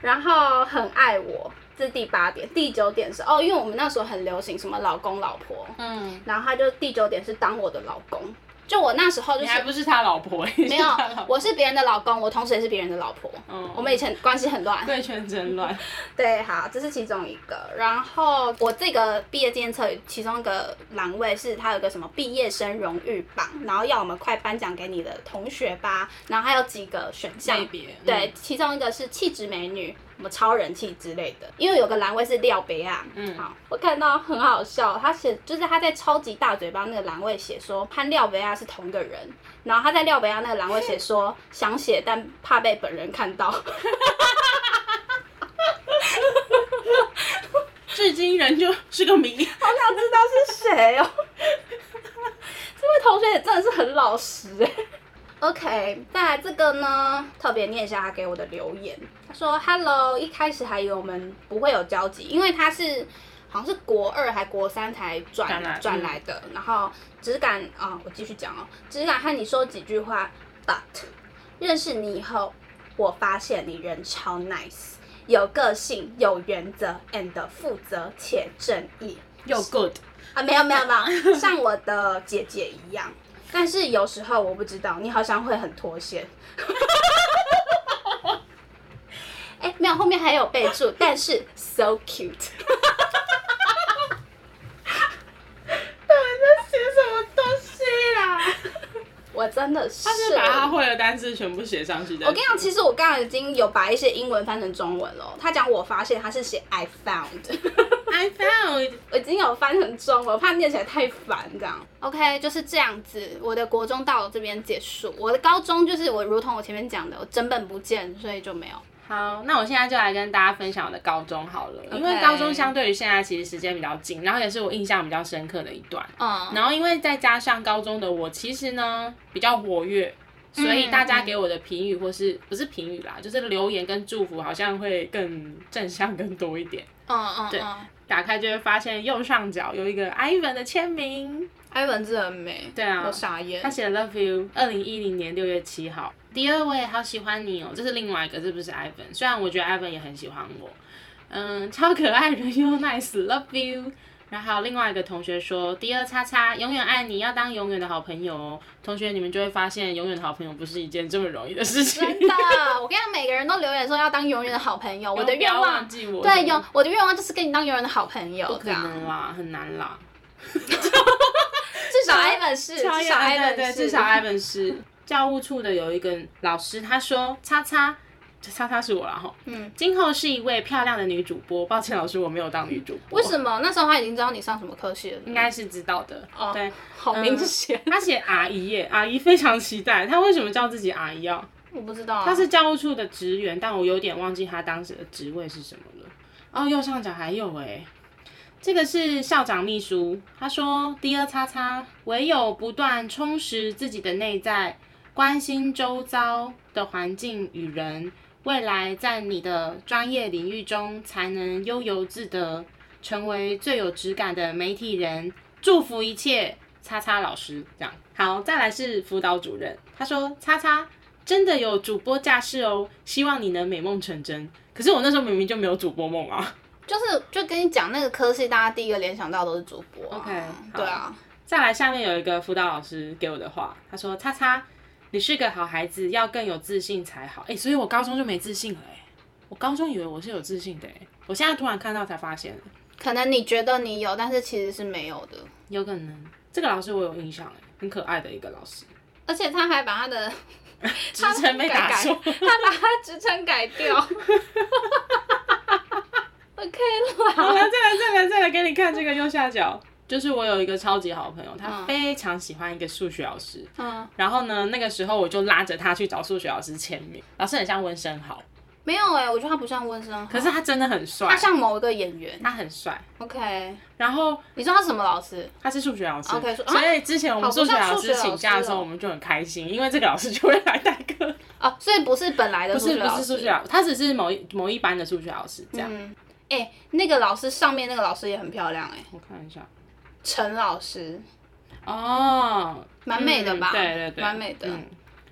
然后很爱我，这是第八点。第九点是哦，因为我们那时候很流行什么老公老婆，
嗯，
然后他就第九点是当我的老公，就我那时候就
你
是
还不是他老婆，没
没有，我是别人的老公，我同时也是别人的老婆。
嗯
我们以前关系很乱，
贵圈真乱，
对，好，这是其中一个。然后我这个毕业纪念册其中一个呃栏位是它有个什么毕业生荣誉榜，然后要我们快颁奖给你的同学吧。然后还有几个选项
类别，嗯
对，其中一个是气质美女，什么超人气之类的。因为有个栏位是廖北亚，
嗯
好，我看到很好笑，他写就是他在超级大嘴巴那个栏位写说和廖北亚是同一个人，然后他在廖北亚那个栏位写说想写但怕被本人看到。
至今仍旧是个 谜。
好想知道是谁哦。 这位同学也真的是很老实哎。OK，再来这个呢，特别念一下他给我的留言。他说：“Hello，一开始还以为我们不会有交集，因为他是好像是国二还国三才
转来
转转来嗯的。然后只敢啊、我继续讲哦，只敢和你说几句话。But 认识你以后，我发现你人超 nice，有个性，有原则，and 负责且正义。
又 good，
啊，没有没有没有， 像我的姐姐一样。但是有时候我不知道，你好像会很脱线。 哎、没有，后面还有备 注，但是 so cute。
到底在写什么东西 啦？
我真的是，
他是把他会的单词全部写上去的。
我跟你讲，其实我刚刚已经有把一些英文翻成中文了。他讲我发现他是写 I found，
，I found
我已经有翻成中文，我怕念起来太烦这样。OK，就是这样子。我的国中到了这边结束，我的高中就是我如同我前面讲的，我整本不见，所以就没有。
好，那我现在就来跟大家分享我的高中好了因为
OK
高中相对于现在其实时间比较紧，然后也是我印象比较深刻的一段。
嗯，
然后因为再加上高中的我，其实呢比较活跃，所以
嗯
大家给我的评语或是不是评语啦，就是留言跟祝福好像会更正向更多一点。
嗯嗯
对
嗯，
打开就会发现右上角有一个 Ivan 的签名，
艾文字很美，
对啊
我傻眼
他。写 Love You，二零一零年六月七号。第二位好喜欢你哦，这是另外一个，这不是 Ivan。虽然我觉得 Ivan 也很喜欢我，嗯，超可爱，人又 nice，Love You。然后还有另外一个同学说，第二叉叉永远爱你，要当永远的好朋友哦。同学，你们就会发现，永远的好朋友不是一件这么容易的事情。
真的，我跟你讲，每个人都留言说要当永远的好朋友。我的
不要
愿
忘
望，
记我，
对，有我的愿望就是跟你当永远的好朋友，
可
这样。
能啊啦，很难啦。
至少 Ivan 是，至
超
少
爱对
Ivan
对，
是，
至少 Ivan 是教务处的有一个老师，他说叉叉。叉叉是我啦吼，
嗯，
今后是一位漂亮的女主播。抱歉，老师，我没有当女主播，
为什么那时候他已经知道你上什么科系了？
应该是知道的。
哦
对，嗯
好明显，
他写阿姨耶，阿姨非常期待。他为什么叫自己阿姨啊？
我不知道、啊。
他是教务处的职员，但我有点忘记他当时的职位是什么了。哦，右上角还有哎、这个是校长秘书，他说：“第二叉叉，唯有不断充实自己的内在，关心周遭的环境与人，未来在你的专业领域中才能悠游自得，成为最有质感的媒体人。祝福一切，叉叉老师。”这样好，再来是辅导主任，他说：“叉叉。”真的有主播架势哦，希望你能美梦成真。可是我那时候明明就没有主播梦啊。
就是就跟你讲那个科系，大家第一个联想到都是主播啊、
OK，好
对啊，
再来，下面有一个辅导老师给我的话，他说：“叉叉，你是个好孩子，要更有自信才好。”哎，所以我高中就没自信了哎、我高中以为我是有自信的哎、我现在突然看到才发现，
可能你觉得你有，但是其实是没有的。
有可能这个老师我有印象哎、很可爱的一个老师，
而且他还把他的
职称被打错。
他把他职称改掉。OK
好了，
啦，
再来，再来，再来给你看这个右下角，就是我有一个超级好朋友，他
嗯
非常喜欢一个数学老师，
嗯，
然后呢，那个时候我就拉着他去找数学老师签名，老师很像温升豪，
没有哎、我觉得他不像温生，
可是他真的很帅
他，像某一个演员。
他很帅。
OK，
然后
你知道他是什么老师？
他是数学老师
OK，说啊
所以之前我们
好
数
不
学
像
老
数学
师
老师
请假的时候，
哦
我们就很开心，因为这个老师就会来代课，
哦，所以不是本来的
不
数
是
学
不
老
是
师。
数学老师，啊他只是某一某一班的数学老师这样。
嗯，哎、那个老师上面那个老师也很漂亮哎、
我看一下，
陈老师，
哦，
蛮美的
嗯
吧？
对对对，
蛮美的。
嗯。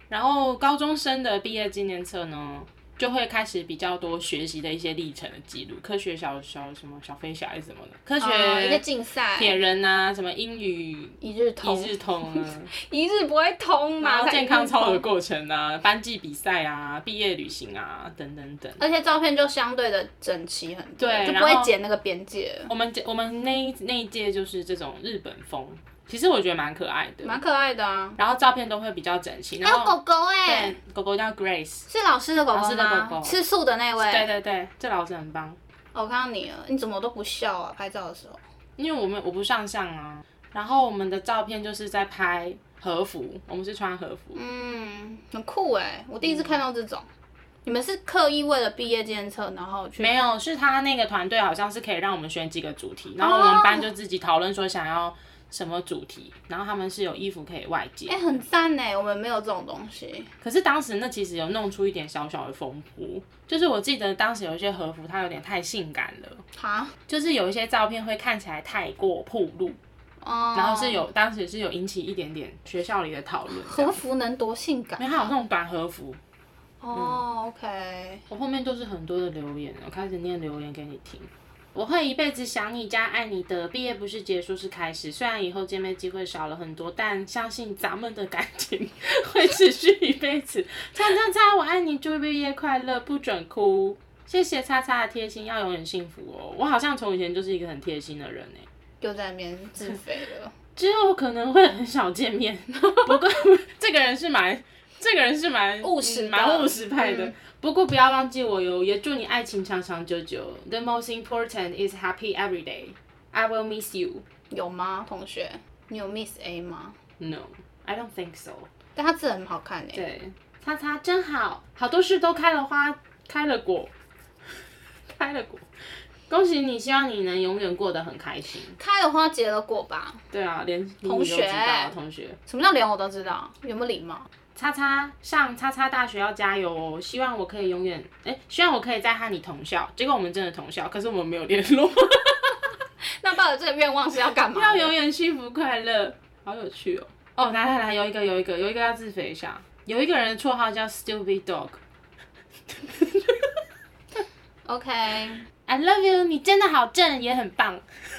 然后高中生的毕业纪念册呢，就会开始比较多学习的一些历程的记录，科学小小什么小飞侠还是什么的，科学、
哦一个竞赛，
铁人啊，什么英语
一日通，
一日通啊，
一日不会通
然
嘛？
后
才一
健
日
康操的
通
过程啊，班级比赛啊，毕业旅行啊，等等等。
而且照片就相对的整齐很多，
对
就
然
不会
后
剪那个边界，
我们我们那一那一届就是这种日本风，其实我觉得蛮可爱的，
蛮可爱的啊。
然后照片都会比较整齐，然
还有
后
狗狗哎、
对狗狗叫 Grace，
是老师的狗狗
老师的
吗？
狗狗
吃素的那位。
对对对，这老师很棒，
哦我看到你了，你怎么都不笑啊？拍照的时候，
因为我们我不上相啊，然后我们的照片就是在拍和服，我们是穿和服，
嗯，很酷哎、我第一次看到这种。你们是刻意为了毕业检测，然后去
没有，是他那个团队好像是可以让我们选几个主
哦
题，然后我们班就自己讨论说想要什么主题，然后他们是有衣服可以外借
哎、。很赞哎、我们没有这种东西。
可是当时那其实有弄出一点小小的风波，就是我记得当时有一些和服它有点太性感了，
哈，
就是有一些照片会看起来太过暴露，
哦、
然后是有当时是有引起一点点学校里的讨论这样。嗯
哦和服能多性感
因为它有那种短和服，
哦，OK，
我后面都是很多的留言，我开始念留言给你听。我会一辈子想你加爱你的，毕业不是结束是开始。虽然以后见面机会少了很多，但相信咱们的感情会持续一辈子。 叉叉叉，我爱你，祝毕业快乐，不准哭。谢谢叉叉的贴心，要永远幸福哦。我好像从以前就是一个很贴心的人哎、
又在那边自肥 了。
之后可能会很少见面。 不过这个人是蛮，这个人是蛮
务实的
嗯蛮务实派的。
嗯
不过不要忘记我哟，也祝你爱情长长久久。The most important is happy every day. I will miss you.
有吗，同学？你有 Miss A 吗？
No, I don't think so.
但他字很好看欸诶、
对，擦擦真好，好多事都开了花，开了果， 开了果。恭喜你，希望你能永远过得很开心。
开了花结了果吧？
对啊，连
同
你都知道
学
同学。
什么叫连我都知道？有没有礼貌？
叉叉上叉叉大学要加油哦！希望我可以永远，哎、希望我可以再和你同校。结果我们真的同校，可是我们没有联络。
那到底这个愿望是要干嘛？
要永远幸福快乐，好有趣哦！哦，来来来，有一个有一个有一个要自肥一下。有一个人的绰号叫 Stupid Dog。
OK，
I love you，你真的好正，也很棒。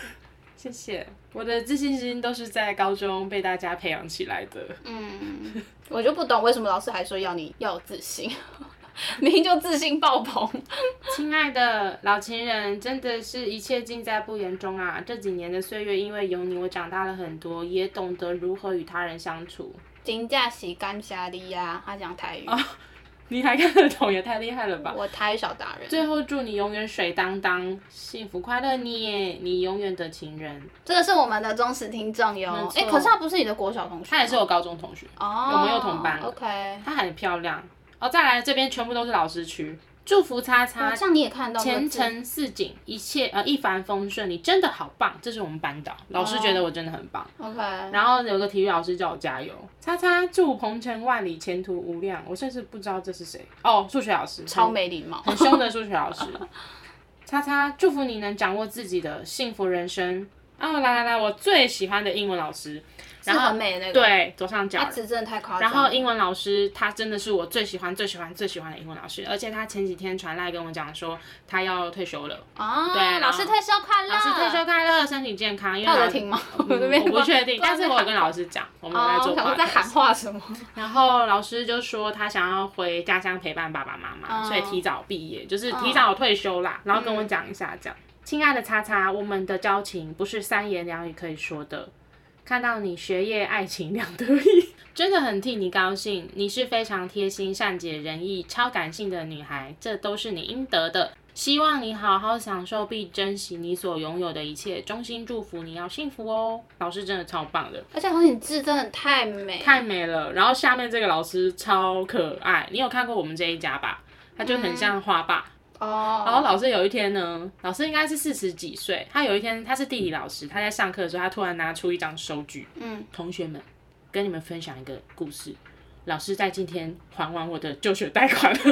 谢谢，我的自信心都是在高中被大家培养起来的。
嗯，我就不懂为什么老师还说要你要有自信， 明明就自信爆棚。
亲爱的老情人，真的是一切尽在不言中啊！这几年的岁月，因为有你，我长大了很多，也懂得如何与他人相处。
金价洗干虾利呀，他讲台
哦
语，
你还看得懂，也太厉害了吧！
我台语小达人。
最后祝你永远水当当，幸福快乐你耶，你永远的情人。
这个是我们的忠实听众哟
没。错
哎、可是他不是你的国小同学吗，
他也是我高中同学，
哦，
我们又同班了
OK，
她很漂亮。哦，再来这边全部都是老师区，祝福叉叉
好像你也看得到这个
前
字
程似锦，一切呃一帆风顺，你真的好棒，这是我们班导老师觉得我真的很棒。
OK，
然后有个体育老师叫我加油，叉叉祝鹏程万里，前途无量。我甚至不知道这是谁哦，数学老师，
超没礼貌。
很凶的数学老师。叉叉祝福你能掌握自己的幸福人生。哦，来来来，我最喜欢的英文老师，
是
然后
很美的那个，，
对左上角
他。字真的太夸
然
张了。
后英文老师他真的是我最喜欢最喜欢最喜欢的英文老师，而且他前几天传来跟我讲说他要退休了，
啊，
对然后
老师退休快乐，
老师退休快乐，身体健康。因为
他有
老
在听吗？ 我这边
嗯我不确 定，
不知道
但是我有跟
在
老师讲，我们
喊
来
哦，
做
我想说
podcast
在喊话什么？
然后老师就说他想要回家乡陪伴爸爸妈妈，
嗯
所以提早毕业，就是提早退休啦。然后跟我讲一下这样。亲爱的叉叉，我们的交情不是三言两语可以说的。看到你学业、爱情两得意， 真的很替你高兴。你是非常贴心、善解人意、超感性的女孩，这都是你应得的。希望你好好享受并珍惜你所拥有的一切，衷心祝福你要幸福哦。老师真的超棒的，
而且红景字真的太美，
太美了。然后下面这个老师超可爱，你有看过我们这一家吧？他就
嗯
很像花爸。然后
哦，
老师有一天呢，老师应该是四十几岁，他有一天他是地理老师，他在上课的时候，他突然拿出一张收据，
嗯，
同学们跟你们分享一个故事。老师在今天还完我的就学贷款了，
所以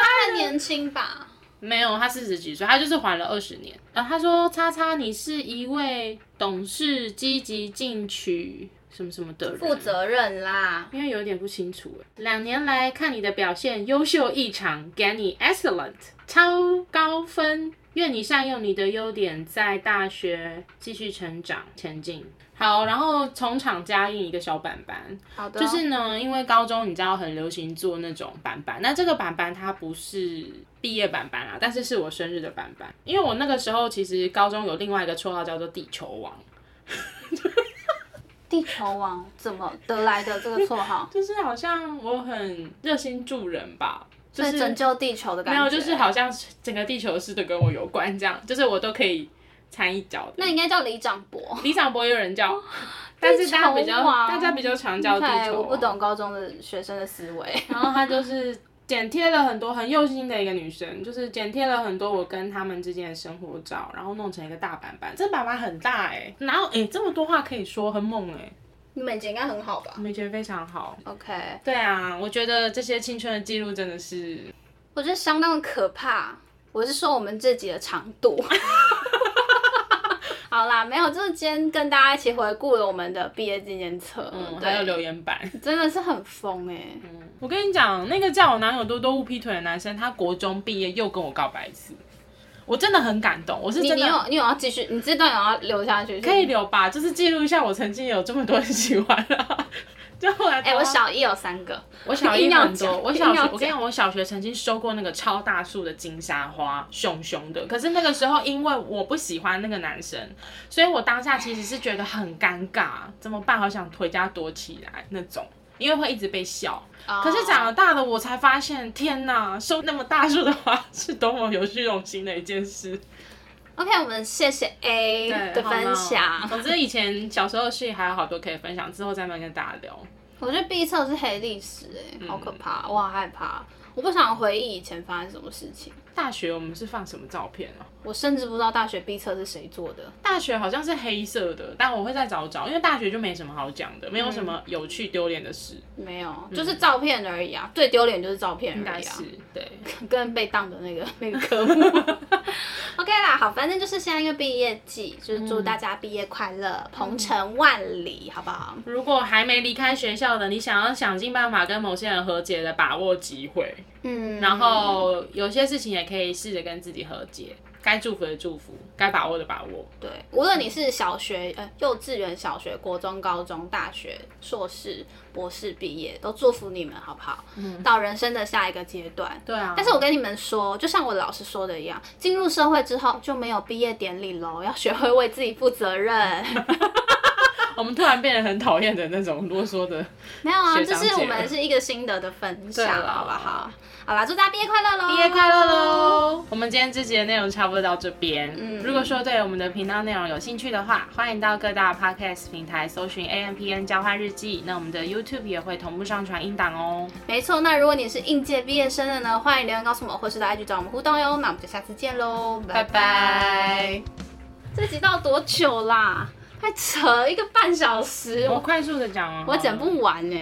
他很年轻吧？
没有，他四十几岁，他就是还了二十年。然后他说：“叉叉，你是一位懂事、积极进取什么什么的人，
负责任啦，
因为有点不清楚哎。两年来看你的表现优秀异常，给你 excellent 超高分。愿你善用你的优点，在大学继续成长前进。好，然后从厂加印一个小板板，
好的，
就是呢，因为高中你知道很流行做那种板板，那这个板板它不是毕业板板啊，但是是我生日的板板，因为我那个时候其实高中有另外一个绰号叫做地球王，？
地球王怎么得来的这个绰号
就是好像我很热心助人吧， 就
所以
是
拯救地球的感
没
觉，
有，就是。好像是整个地球的事都跟我有关，这样就是我都可以掺一脚的
那。哦应该叫李长博。
李长博也有人叫，但是大家比较
地球王
大家比较常叫地
哎，
球，
我不。懂高中的学生的思维。
然后她就是剪贴了很多很用心的一个女生，就是剪贴了很多我跟他们之间的生活照，然后弄成一个大板板。这板板很大哎、然后哎、这么多话可以说，很猛哎、
你们以前应该很好吧
我们觉得非常好。
嗯？OK，
对啊，我觉得这些青春的记录真的是
我觉得相当的 可怕。我是说我们这集的长度。好啦，啦，没有，就是今天跟大家一起回顾了我们的毕业纪念册，
嗯，
对
还有留嗯言板。
真的是很疯哎、
我跟你讲，那个叫我男友多多误劈腿的男生，他国中毕业又跟我告白一次，我真的很感动，我是
你
真
你
的。
有你有要继续，你这段有要留下去？
可以
留。
留吧，就是记录一下我曾经有这么多人喜欢啊。 就后来，
哎、我小一有三个，
啊我小
硬
一
要
很多，
讲
我小
硬
学
要
我跟你讲，我小学曾经收过那个超大束的金沙花，熊熊的。可是那个时候因为我不喜欢那个男生，所以我当下其实是觉得很尴尬，怎么办？好想回家躲起来那种。因为会一直被笑，可是长了大的我才发现，天哪，收那么大束的花是多么有虚荣心的一件事。
哦 OK，我们谢谢 A 的
好哦呢
分享。
总之以前小时候的事情还有好多可以分享，之后再慢慢跟大家聊。
我觉得 B 册是黑历史、哎、好
嗯
可怕，我好害怕，我不想回忆以前发生什么事情。
大学我们是放什么照片啊？
我甚至不知道大学 B 册是谁做的。
大学好像是黑色的，但我会再找找，因为大学就没什么好讲的，没有什么有趣丢脸的事，
没有，就是照片而已啊，最丢脸就是照片
嗯应
而
该
已啊
是，对。
跟被当的那 个那个科目。OK 啦，好，反正就是现在一个毕业季，就是祝大家毕业快乐，
嗯
鹏程万里，好不好？
如果还没离开学校的，你想要想尽办法跟某些人和解的，把握机会。
嗯，
然后有些事情也可以试着跟自己和解，该祝福的祝福，该把握的把握。
对，无论你是小学、呃幼稚园、小学、国中、高中、大学、硕士、博士毕业，都祝福你们，好不好？嗯，到人生的下一个阶段。
对啊，
但是我跟你们说，就像我老师说的一样，进入社会之后就没有毕业典礼喽，要学会为自己负责 任。
我们突然变得很讨厌的那种啰嗦 的。
没有啊，
学
这
长
是我
姐
们是一个心得的分
对
享，
啦
好不好？好啦，祝大家毕业快乐喽！
毕业快乐！喽！我们今天这集的内容差不多到这边。
嗯
如果说对我们的频道内容有兴趣的话，欢迎到各大 podcast 平台搜寻 A M P N 交换日记。那我们的 YouTube 也会同步上传音档哦。
没错，那如果你是应届毕业生的呢，欢迎留言告诉我们，或是到 IG 找我们互动哟。那我们就下次见喽，拜
拜拜！
这集到多久啦？还扯一个半小时，
我
我
快速的讲哦，
我整不完呢、